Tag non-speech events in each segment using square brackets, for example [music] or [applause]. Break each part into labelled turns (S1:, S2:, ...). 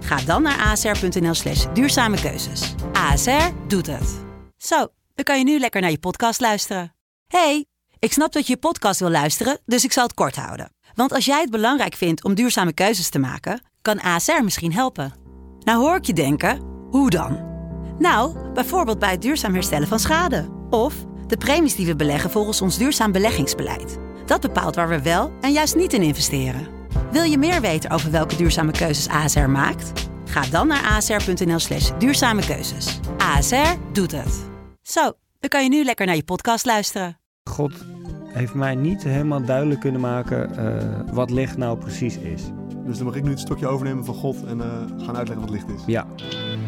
S1: Ga dan naar asr.nl slash duurzame keuzes. ASR doet het. Zo, dan kan je nu lekker naar je podcast luisteren. Hey, ik snap dat je je podcast wil luisteren, dus ik zal het kort houden. Want als jij het belangrijk vindt om duurzame keuzes te maken, kan ASR misschien helpen. Nou hoor ik je denken, hoe dan? Nou, bijvoorbeeld bij het duurzaam herstellen van schade. Of de premies die we beleggen volgens ons duurzaam beleggingsbeleid. Dat bepaalt waar we wel en juist niet in investeren. Wil je meer weten over welke duurzame keuzes ASR maakt? Ga dan naar asr.nl slash duurzame keuzes. ASR doet het. Zo, dan kan je nu lekker naar je podcast luisteren.
S2: God heeft mij niet helemaal duidelijk kunnen maken eh, wat licht nou precies is.
S3: Dus dan mag ik nu het stokje overnemen van God en eh, gaan uitleggen wat licht is.
S2: Ja,
S4: 10, 9, 8,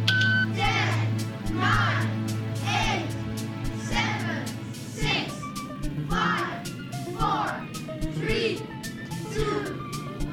S4: 7, 6, 5, 4, 3, 2, 1.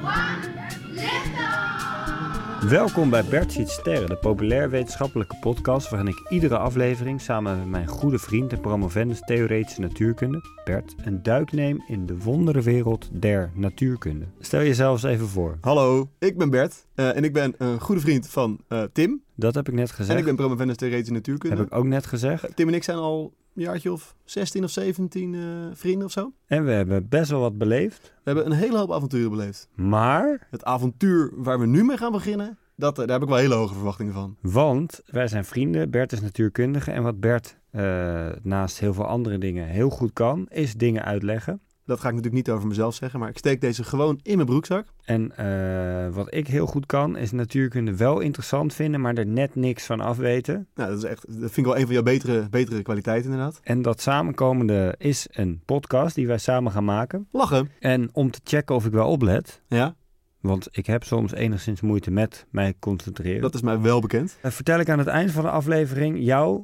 S4: Lift off!
S2: Welkom bij Bert ziet sterren, de populair wetenschappelijke podcast waarin ik iedere aflevering samen met mijn goede vriend en promovendus theoretische natuurkunde, Bert, een duik neem in de wonderenwereld der natuurkunde. Stel jezelf eens even voor.
S3: Hallo, ik ben Bert eh, en ik ben een goede vriend van eh, Tim.
S2: Dat heb ik net
S3: En
S2: gezegd.
S3: ik ben promovendus theoretische natuurkunde.
S2: Heb ik ook net gezegd.
S3: Eh, Tim en ik zijn al een jaartje of 16 of 17 eh, vrienden of zo.
S2: En we hebben best wel wat beleefd.
S3: We hebben een hele hoop avonturen beleefd.
S2: Maar,
S3: Het avontuur waar we nu mee gaan beginnen, dat, eh, daar heb ik wel hele hoge verwachtingen van.
S2: want wij zijn vrienden, Bert is natuurkundige en wat Bert eh, naast heel veel andere dingen heel goed kan, is dingen uitleggen.
S3: Dat ga ik natuurlijk niet over mezelf zeggen, maar ik steek deze gewoon in mijn broekzak.
S2: En eh, wat ik heel goed kan, is natuurkunde wel interessant vinden, maar er net niks van afweten.
S3: Nou, dat, is echt, dat vind ik wel een van jouw betere, betere kwaliteiten inderdaad.
S2: En dat samenkomende is een podcast die wij samen gaan maken.
S3: Lachen.
S2: En om te checken of ik wel oplet,
S3: Ja,
S2: want ik heb soms enigszins moeite met mij concentreren.
S3: dat is mij wel bekend.
S2: Eh, vertel ik aan het eind van de aflevering jou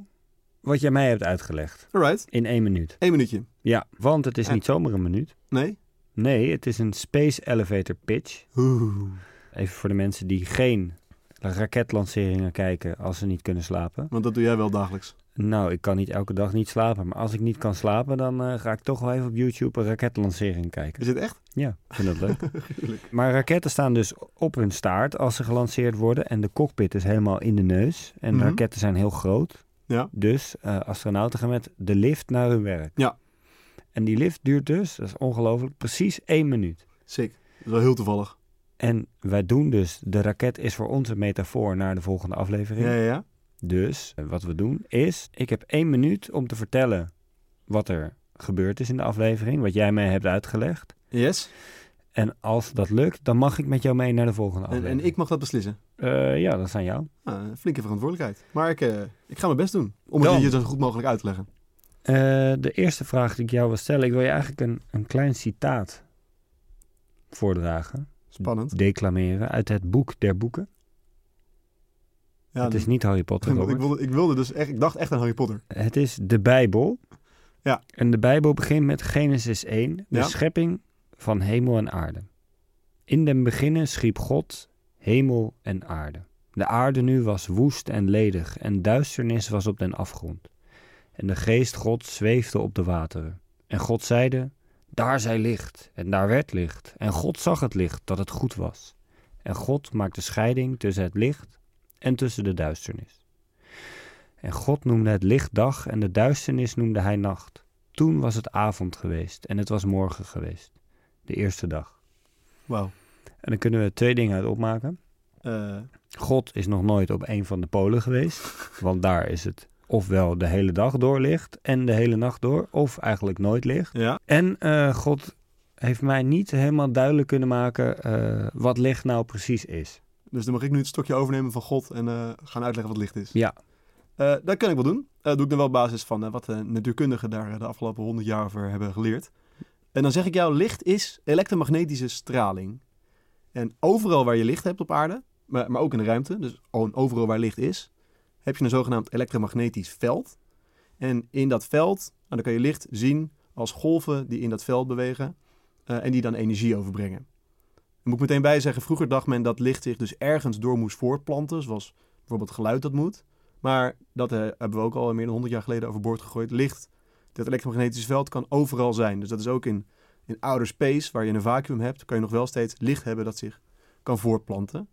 S2: wat jij mij hebt uitgelegd.
S3: Alright,
S2: In één minuut.
S3: één minuutje.
S2: Ja, want het is
S3: Ja.
S2: niet zomaar een minuut.
S3: Nee?
S2: Nee, het is een space elevator pitch.
S3: Oeh.
S2: Even voor de mensen die geen raketlanceringen kijken als ze niet kunnen slapen.
S3: Want dat doe jij wel dagelijks.
S2: Nou, ik kan niet elke dag niet slapen. Maar als ik niet kan slapen, dan eh, ga ik toch wel even op YouTube een raketlancering kijken.
S3: Is dit echt?
S2: Ja, ik vind dat leuk.
S3: Gruwelijk.
S2: maar raketten staan dus op hun staart als ze gelanceerd worden. En de cockpit is helemaal in de neus. En
S3: Mhm.
S2: raketten zijn heel groot.
S3: Ja.
S2: Dus eh, astronauten gaan met de lift naar hun werk.
S3: Ja.
S2: En die lift duurt dus, dat is ongelooflijk, precies één minuut.
S3: Sick. Dat is wel heel toevallig.
S2: En wij doen dus, de raket is voor ons een metafoor naar de volgende aflevering.
S3: Ja, ja, ja.
S2: Dus eh, wat we doen is, ik heb één minuut om te vertellen wat er gebeurd is in de aflevering, wat jij mij hebt uitgelegd.
S3: Yes.
S2: En als dat lukt, dan mag ik met jou mee naar de volgende
S3: En,
S2: aflevering.
S3: en ik mag dat beslissen.
S2: Eh, ja, dat is aan jou.
S3: Ah, een flinke verantwoordelijkheid. Maar ik, eh, ik ga mijn best doen. Om
S2: Dan.
S3: het je zo goed mogelijk uit te leggen.
S2: Eh, de eerste vraag die ik jou wil stellen, ik wil je eigenlijk een, een klein citaat voordragen,
S3: Spannend.
S2: declameren, uit het boek der boeken.
S3: Ja,
S2: het is niet Harry Potter,
S3: want [laughs] ik,
S2: Robert.
S3: wilde, ik wilde dus echt, ik dacht echt aan Harry Potter.
S2: Het is de Bijbel.
S3: Ja.
S2: En de Bijbel begint met Genesis 1, de
S3: Ja.
S2: schepping van hemel en aarde. In den beginnen schiep God hemel en aarde. De aarde nu was woest en ledig en duisternis was op den afgrond. En de geest God zweefde op de wateren. En God zeide, daar zij licht, en daar werd licht. En God zag het licht, dat het goed was. En God maakte scheiding tussen het licht en tussen de duisternis. En God noemde het licht dag en de duisternis noemde hij nacht. Toen was het avond geweest en het was morgen geweest. De eerste dag.
S3: Wauw.
S2: En dan kunnen we twee dingen uit opmaken.
S3: Eh,
S2: God is nog nooit op een van de polen geweest. Want daar is het ofwel de hele dag door licht en de hele nacht door. Of eigenlijk nooit licht.
S3: ja.
S2: En eh, God heeft mij niet helemaal duidelijk kunnen maken eh, wat licht nou precies is.
S3: Dus dan mag ik nu het stokje overnemen van God en eh, gaan uitleggen wat licht is.
S2: Ja.
S3: Eh, dat kan ik wel doen. Eh doe ik dan wel op basis van eh, wat de natuurkundigen daar eh, de afgelopen honderd jaar over hebben geleerd. En dan zeg ik jou, licht is elektromagnetische straling. En overal waar je licht hebt op aarde, maar, maar ook in de ruimte, dus gewoon overal waar licht is, heb je een zogenaamd elektromagnetisch veld. En in dat veld, nou, dan kan je licht zien als golven die in dat veld bewegen eh, en die dan energie overbrengen. Ik moet ik meteen bij zeggen, vroeger dacht men dat licht zich dus ergens door moest voortplanten, zoals bijvoorbeeld geluid dat moet. Maar dat eh, hebben we ook al meer dan 100 jaar geleden overboord gegooid. Licht, dat elektromagnetische veld, kan overal zijn. Dus dat is ook in, in outer space, waar je een vacuüm hebt, kan je nog wel steeds licht hebben dat zich kan voortplanten.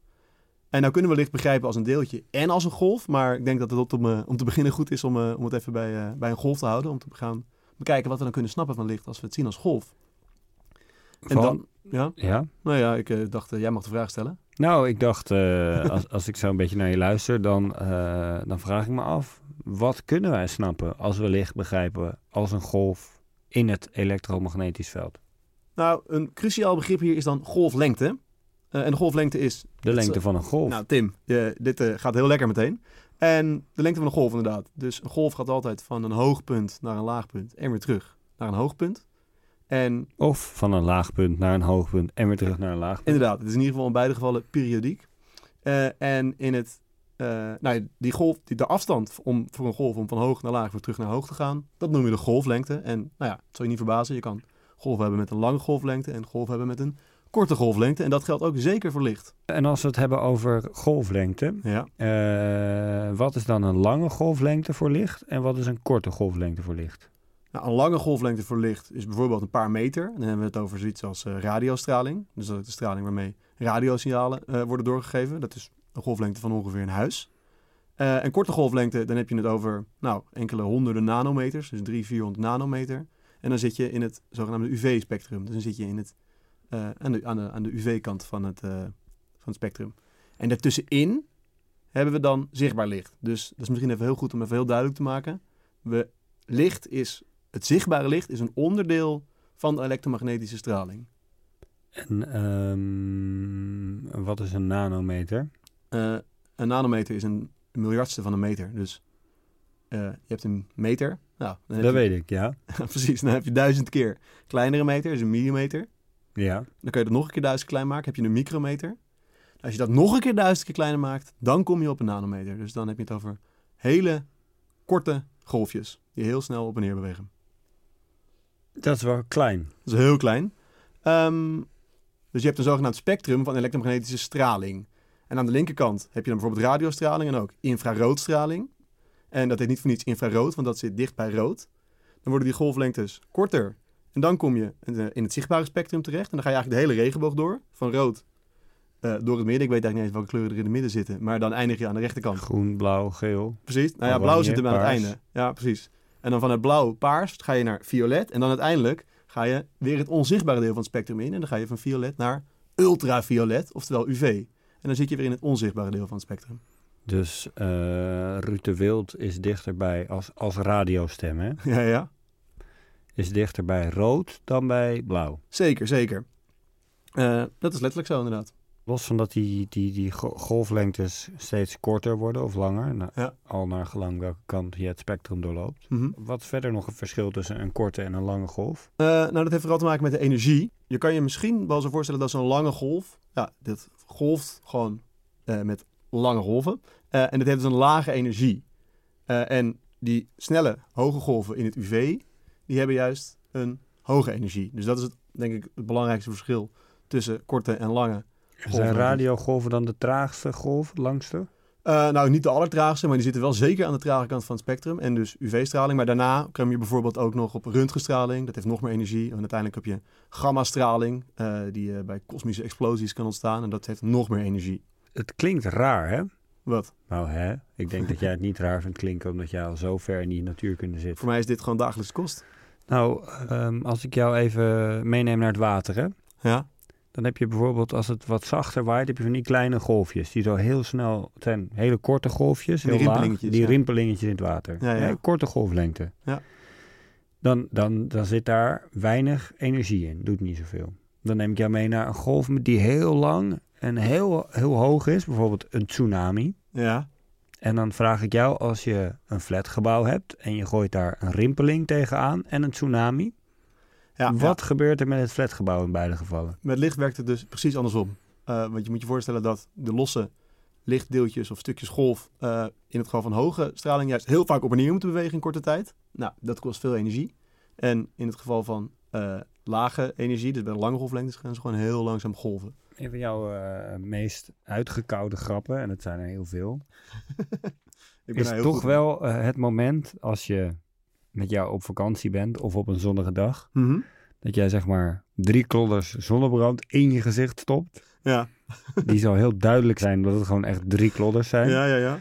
S3: En nou kunnen we licht begrijpen als een deeltje en als een golf. Maar ik denk dat het om, eh, om te beginnen goed is om, eh, om het even bij, eh, bij een golf te houden. Om te gaan bekijken wat we dan kunnen snappen van licht als we het zien als golf. En
S2: Van-
S3: dan, ja,
S2: Ja.
S3: nou ja, ik eh, dacht, eh, jij mag de vraag stellen.
S2: Nou, ik dacht, eh, als, als ik zo een beetje naar je luister, dan, eh, dan vraag ik me af, wat kunnen wij snappen als we licht begrijpen als een golf in het elektromagnetisch veld?
S3: Nou, een cruciaal begrip hier is dan golflengte. Eh, en de golflengte is...
S2: De lengte van een golf.
S3: Nou, Tim, je- dit eh, gaat heel lekker meteen. En de lengte van een golf inderdaad. Dus een golf gaat altijd van een hoog punt naar een laag punt en weer terug naar een hoog punt. En
S2: Of van een laag punt naar een hoog punt en weer terug naar een laag punt.
S3: Inderdaad, het is in ieder geval in beide gevallen periodiek. Eh, en in het, eh, nou, die golf, die, de afstand om, voor een golf om van hoog naar laag weer terug naar hoog te gaan, dat noem je de golflengte. En nou ja, het zal je niet verbazen, je kan golven hebben met een lange golflengte en golven hebben met een korte golflengte. En dat geldt ook zeker voor licht.
S2: En als we het hebben over golflengte,
S3: Ja.
S2: eh, wat is dan een lange golflengte voor licht en wat is een korte golflengte voor licht?
S3: Nou, een lange golflengte voor licht is bijvoorbeeld een paar meter. En dan hebben we het over zoiets als eh, radiostraling. Dus dat is de straling waarmee radiosignalen eh, worden doorgegeven. Dat is een golflengte van ongeveer een huis. Eh en korte golflengte, dan heb je het over nou, enkele honderden nanometers. Dus 300, 400 nanometer. En dan zit je in het zogenaamde UV-spectrum. Dus dan zit je in het, eh, aan de, aan de, aan de UV-kant van, het, eh, van het spectrum. En daartussenin hebben we dan zichtbaar licht. Dus dat is misschien even heel goed om even heel duidelijk te maken. We, licht is het zichtbare licht is een onderdeel van de elektromagnetische straling.
S2: En ehm, wat is een nanometer?
S3: Eh, een nanometer is een miljardste van een meter. Dus eh, je hebt een meter. Nou, dan heb
S2: Dat
S3: je,
S2: weet ik, ja.
S3: [laughs] precies, dan heb je duizend keer kleinere meter, dus een millimeter.
S2: Ja.
S3: Dan kun je dat nog een keer duizend keer klein maken, heb je een micrometer. Als je dat nog een keer duizend keer kleiner maakt, dan kom je op een nanometer. Dus dan heb je het over hele korte golfjes die heel snel op en neer bewegen.
S2: Dat is wel klein.
S3: Dat is heel klein. Ehm, dus je hebt een zogenaamd spectrum van elektromagnetische straling. En aan de linkerkant heb je dan bijvoorbeeld radiostraling en ook infraroodstraling. En dat heet niet voor niets infrarood, want dat zit dicht bij rood. Dan worden die golflengtes korter. En dan kom je in de- in het zichtbare spectrum terecht. En dan ga je eigenlijk de hele regenboog door, van rood eh, door het midden. Ik weet eigenlijk niet eens welke kleuren er in het midden zitten. Maar dan eindig je aan de rechterkant.
S2: Groen, blauw, geel.
S3: Precies. Nou ja,
S2: Oranje,
S3: blauw zit er aan het
S2: paars.
S3: einde. Ja, precies. En dan van het blauw paars ga je naar violet. En dan uiteindelijk ga je weer het onzichtbare deel van het spectrum in. En dan ga je van violet naar ultraviolet, oftewel UV. En dan zit je weer in het onzichtbare deel van het spectrum. [laughs]
S2: Dus eh Ruud de Wild is dichterbij als, als radiostem, hè?
S3: Ja, ja.
S2: Is dichterbij rood dan bij blauw.
S3: Zeker, zeker. Eh, dat is letterlijk zo inderdaad.
S2: Los van dat die, die, die go- golflengtes steeds korter worden of langer, nou,
S3: Ja.
S2: al naar gelang welke kant je het spectrum doorloopt.
S3: Mhm.
S2: Wat is verder nog een verschil tussen een korte en een lange golf?
S3: Eh, nou, dat heeft vooral te maken met de energie. Je kan je misschien wel zo voorstellen dat zo'n lange golf... Ja, dit golft gewoon eh, met lange golven. Eh, en dat heeft dus een lage energie. Eh, en die snelle, hoge golven in het UV... die hebben juist een hoge energie. Dus dat is het, denk ik het belangrijkste verschil... tussen korte en lange.
S2: Zijn
S3: golflengtes.
S2: radiogolven dan de traagste golf, langste?
S3: Eh, nou, niet de allertraagste, maar die zitten wel zeker aan de trage kant van het spectrum. En dus UV-straling. Maar daarna kom je bijvoorbeeld ook nog op röntgenstraling. Dat heeft nog meer energie. En uiteindelijk heb je gamma-straling, eh, die eh, bij kosmische explosies kan ontstaan. En dat heeft nog meer energie.
S2: Het klinkt raar, hè?
S3: Wat?
S2: Nou, hè? Ik denk dat jij het niet raar vindt klinken, omdat jij al zo ver in die natuurkunde zit.
S3: Voor mij is dit gewoon dagelijks kost.
S2: Nou, ehm, als ik jou even meeneem naar het water, hè?
S3: Ja,
S2: Dan heb je bijvoorbeeld, als het wat zachter waait, heb je van die kleine golfjes. Die zo heel snel, het zijn hele korte golfjes,
S3: Die
S2: heel laag,
S3: rimpelingetjes,
S2: die
S3: ja.
S2: rimpelingetjes in het water.
S3: Ja, ja.
S2: Hè, korte golflengte.
S3: Ja.
S2: Dan, dan, dan zit daar weinig energie in, doet niet zoveel. Dan neem ik jou mee naar een golf met- die heel lang en heel, heel hoog is, bijvoorbeeld een tsunami.
S3: ja,
S2: En dan vraag ik jou, als je een flatgebouw hebt en je gooit daar een rimpeling tegenaan en een tsunami.
S3: ja.
S2: wat gebeurt er met het flatgebouw in beide gevallen?
S3: Met licht werkt het dus precies andersom. Eh, want je moet je voorstellen dat de losse lichtdeeltjes of stukjes golf eh, in het geval van hoge straling juist heel vaak op en neer moeten bewegen in korte tijd. Nou, dat kost veel energie. En in het geval van eh, lage energie, dus bij de lange golflengtes, gaan ze gewoon heel langzaam golven.
S2: Een van jouw eh, meest uitgekoude grappen, en dat zijn er heel veel,
S3: Ik
S2: is
S3: daar heel
S2: toch
S3: goed in.
S2: wel eh, het moment als je met jou op vakantie bent of op een zonnige dag,
S3: Mhm.
S2: dat jij zeg maar drie klodders zonnebrand in je gezicht stopt.
S3: Ja,
S2: [laughs] Die zal heel duidelijk zijn dat het gewoon echt drie klodders zijn.
S3: ja, ja, ja.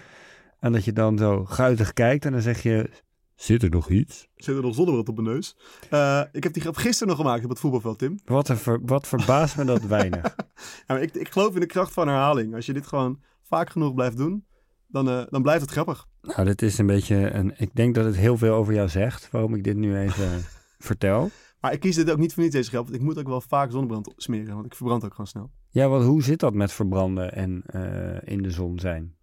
S2: En dat je dan zo guitig kijkt en dan zeg je, zit er nog iets?
S3: Zit er nog zonnebrand op mijn neus. Eh, ik heb die grap gisteren nog gemaakt op het voetbalveld, Tim.
S2: Wat, een ver- wat verbaast me dat [laughs] weinig.
S3: Ja, maar ik, ik geloof in de kracht van herhaling. Als je dit gewoon vaak genoeg blijft doen, dan, eh, dan blijft het grappig.
S2: Nou, dit is een beetje een... Ik denk dat het heel veel over jou zegt, waarom ik dit nu even vertel.
S3: Maar ik kies dit ook niet voor niets, deze grap. Want ik moet ook wel vaak zonnebrand smeren, want ik verbrand ook gewoon snel.
S2: Ja, want hoe zit dat met verbranden en eh, in de zon zijn?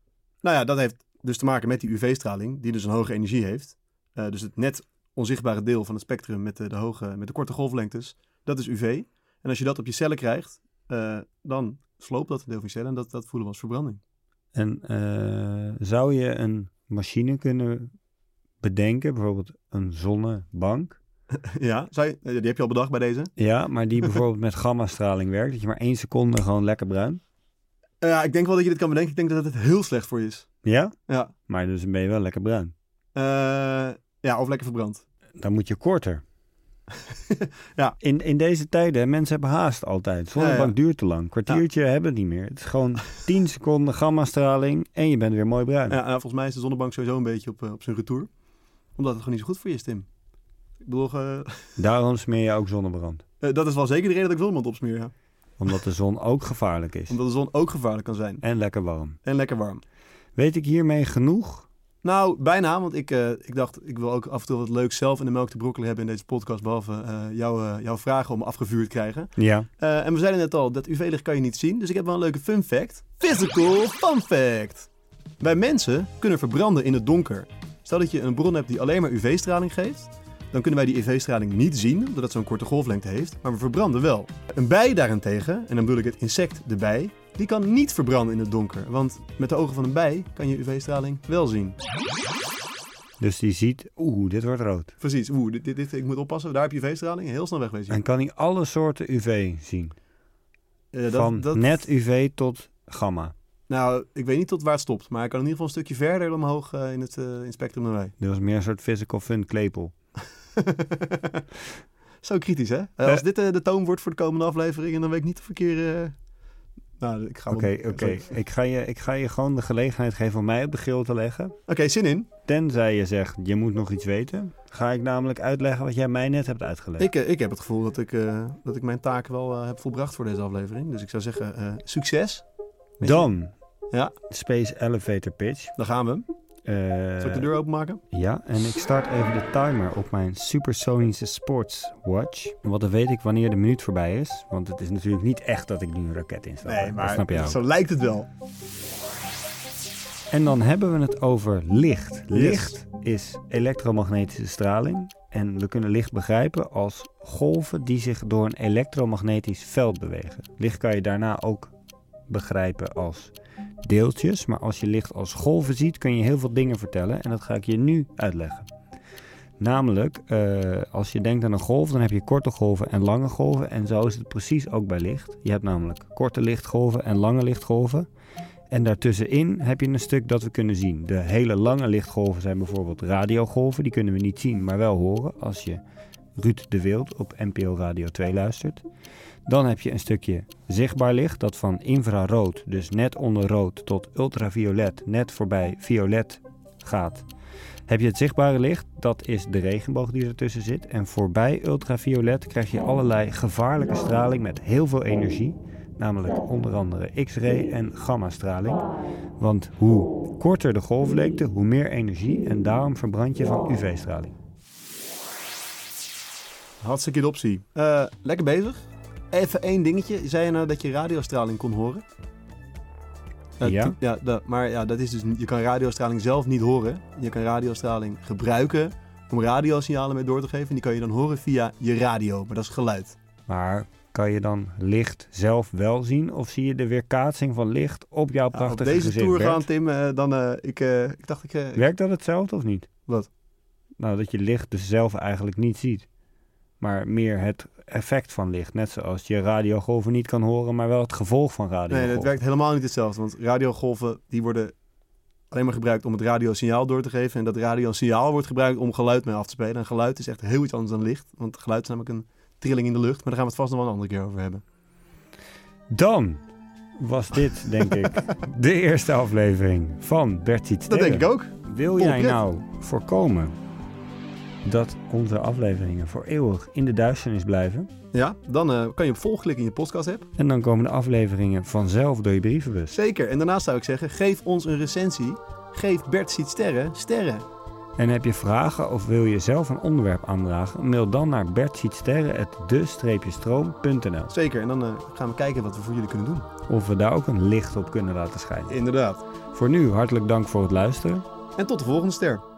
S3: Nou ja, dat heeft dus te maken met die UV-straling, die dus een hoge energie heeft. Eh, dus het net onzichtbare deel van het spectrum met de, de hoge, met de korte golflengtes, dat is UV. En als je dat op je cellen krijgt, eh, dan sloopt dat een deel van je cellen en dat, dat voelen we als verbranding.
S2: En eh, zou je een machine kunnen bedenken, bijvoorbeeld een zonnebank?
S3: [laughs] ja, zou je, eh, die heb je al bedacht bij deze.
S2: Ja, maar
S3: [laughs]
S2: die bijvoorbeeld met gammastraling werkt, dat je maar één seconde gewoon lekker bruin.
S3: Eh, ja, ik denk wel dat je dit kan bedenken. Ik denk dat het heel slecht voor je is.
S2: Ja?
S3: Ja.
S2: Maar dus dan ben je wel lekker bruin.
S3: Eh, ja, of lekker verbrand.
S2: Dan moet je korter.
S3: [laughs] Ja.
S2: In, in deze tijden, hè, mensen hebben haast altijd. Zonnebank
S3: Ja, ja.
S2: duurt te lang. Kwartiertje hebben het niet meer. Het is gewoon 10 seconden gammastraling en je bent weer mooi bruin.
S3: Ja, en volgens mij is de zonnebank sowieso een beetje op, eh, op zijn retour. Omdat het gewoon niet zo goed voor je is, Tim. Ik bedoel, eh,
S2: Daarom smeer je ook zonnebrand.
S3: eh, dat is wel zeker de reden dat ik zonnebrand opsmeer, ja.
S2: Omdat de zon ook gevaarlijk is.
S3: Omdat de zon ook gevaarlijk kan zijn.
S2: En lekker warm.
S3: En lekker warm.
S2: Weet ik hiermee genoeg?
S3: Nou, bijna, want ik, eh, ik dacht, ik wil ook af en toe wat leuks zelf in de melk te brokkelen hebben in deze podcast. Behalve eh, jouw, eh, jouw vragen om afgevuurd krijgen.
S2: Ja.
S3: Eh, en we zeiden net al, dat UV-licht kan je niet zien. Dus ik heb wel een leuke fun fact. Physical fun fact. Wij mensen kunnen verbranden in het donker. Stel dat je een bron hebt die alleen maar UV-straling geeft. Dan kunnen wij die UV-straling niet zien, omdat het zo'n korte golflengte heeft. Maar we verbranden wel. Een bij daarentegen, en dan bedoel ik het insect, de bij... Die kan niet verbranden in het donker. Want met de ogen van een bij kan je UV-straling wel zien.
S2: Dus die ziet, oeh, dit wordt rood.
S3: Precies. Oeh, dit, dit, dit- ik moet oppassen. Daar heb je UV-straling. Heel snel wegwezen.
S2: En kan hij alle soorten UV zien.
S3: Eh, dat-
S2: Van
S3: dat-
S2: net UV tot gamma.
S3: Nou, ik weet niet tot waar het stopt, maar ik kan in ieder geval een stukje verder omhoog eh, in, het, eh, in het spectrum dan wij. [laughs]
S2: Dit was meer een soort physical fun klepel.
S3: Zo kritisch, hè? Eh, als dit eh, de toon wordt voor de komende afleveringen, dan weet ik niet of ik hier... eh, Nou, ik ga wel-
S2: Oké, oké. Ik, ga je- ik ga je gewoon de gelegenheid geven om mij op de grill te leggen.
S3: Oké, zin in.
S2: Tenzij je zegt, je moet nog iets weten, ga ik namelijk uitleggen wat jij mij net hebt uitgelegd.
S3: Ik, eh, ik heb het gevoel dat ik, eh, dat ik mijn taak wel eh, heb volbracht voor deze aflevering. Dus ik zou zeggen, eh, succes.
S2: Dan,
S3: Ja.
S2: Space Elevator Pitch.
S3: Daar gaan we.
S2: Eh,
S3: Zal ik de deur openmaken?
S2: Ja, en ik start even de timer op mijn supersonische sportswatch. Want dan weet ik wanneer de minuut voorbij is. Want het is natuurlijk niet echt dat ik nu een raket instap. hè? dat snap je ook.
S3: zo lijkt het wel.
S2: En dan hebben we het over licht. Licht is elektromagnetische straling. En we kunnen licht begrijpen als golven die zich door een elektromagnetisch veld bewegen. Licht kan je daarna ook begrijpen als deeltjes. Maar als je licht als golven ziet, kun je heel veel dingen vertellen. En dat ga ik je nu uitleggen. Namelijk, eh, als je denkt aan een golf, dan heb je korte golven en lange golven. En zo is het precies ook bij licht. Je hebt namelijk korte lichtgolven en lange lichtgolven. En daartussenin heb je een stuk dat we kunnen zien. De hele lange lichtgolven zijn bijvoorbeeld radiogolven. Die kunnen we niet zien, maar wel horen als je Ruud de Wild op NPO Radio 2 luistert. Dan heb je een stukje zichtbaar licht, dat van infrarood, dus net onder rood, tot ultraviolet, net voorbij violet gaat. Heb je het zichtbare licht, dat is de regenboog die ertussen zit. En voorbij ultraviolet krijg je allerlei gevaarlijke straling met heel veel energie namelijk onder andere X-ray en gammastraling. Want hoe korter de golflengte, hoe meer energie en daarom verbrand je van UV-straling.
S3: Hartstikke de optie. Eh, lekker bezig. Even één dingetje. Zei je nou dat je radiostraling kon horen? Eh,
S2: Ja.
S3: toen- ja dat, maar ja, dat is dus, niet- je kan radiostraling zelf niet horen. Je kan radiostraling gebruiken om radiosignalen mee door te geven. En die kan je dan horen via je radio. Maar dat is geluid.
S2: Maar Kan je dan licht zelf wel zien? Of zie je de weerkaatsing van licht op jouw
S3: Ja, Nou, op
S2: prachtige
S3: deze
S2: gezicht?
S3: tour
S2: Werkt-
S3: gaan, Tim, eh, dan... eh, ik, eh, ik dacht, ik, eh, ik-
S2: Werkt dat hetzelfde of niet?
S3: Wat?
S2: Nou, dat je licht dus zelf eigenlijk niet ziet. Maar meer het effect van licht. Net zoals je radiogolven niet kan horen, maar wel het gevolg van radiogolven.
S3: Nee, dat werkt helemaal niet hetzelfde. Want radiogolven die worden alleen maar gebruikt om het radiosignaal door te geven. En dat radiosignaal wordt gebruikt om geluid mee af te spelen. En geluid is echt heel iets anders dan licht. Want geluid is namelijk een trilling in de lucht. Maar daar gaan we het vast nog wel een andere keer over hebben.
S2: Dan was dit, denk
S3: [laughs]
S2: ik, de eerste aflevering van Bert Ziet
S3: Dat denk ik
S2: Sterren.
S3: ook.
S2: Wil
S3: Vol
S2: jij
S3: pret.
S2: nou voorkomen dat onze afleveringen voor eeuwig in de duisternis blijven?
S3: Ja, dan eh, kan je op volg klikken in je podcast app.
S2: En dan komen de afleveringen vanzelf door je brievenbus.
S3: Zeker. En daarnaast zou ik zeggen, geef ons een recensie. Geef Bert ziet sterren, sterren.
S2: En heb je vragen of wil je zelf een onderwerp aandragen? Mail dan naar bertzietsterren.de-stroom.nl
S3: Zeker. En dan eh, gaan we kijken wat we voor jullie kunnen doen.
S2: Of we daar ook een licht op kunnen laten schijnen.
S3: Inderdaad.
S2: Voor nu, hartelijk dank voor het luisteren.
S3: En tot de volgende ster.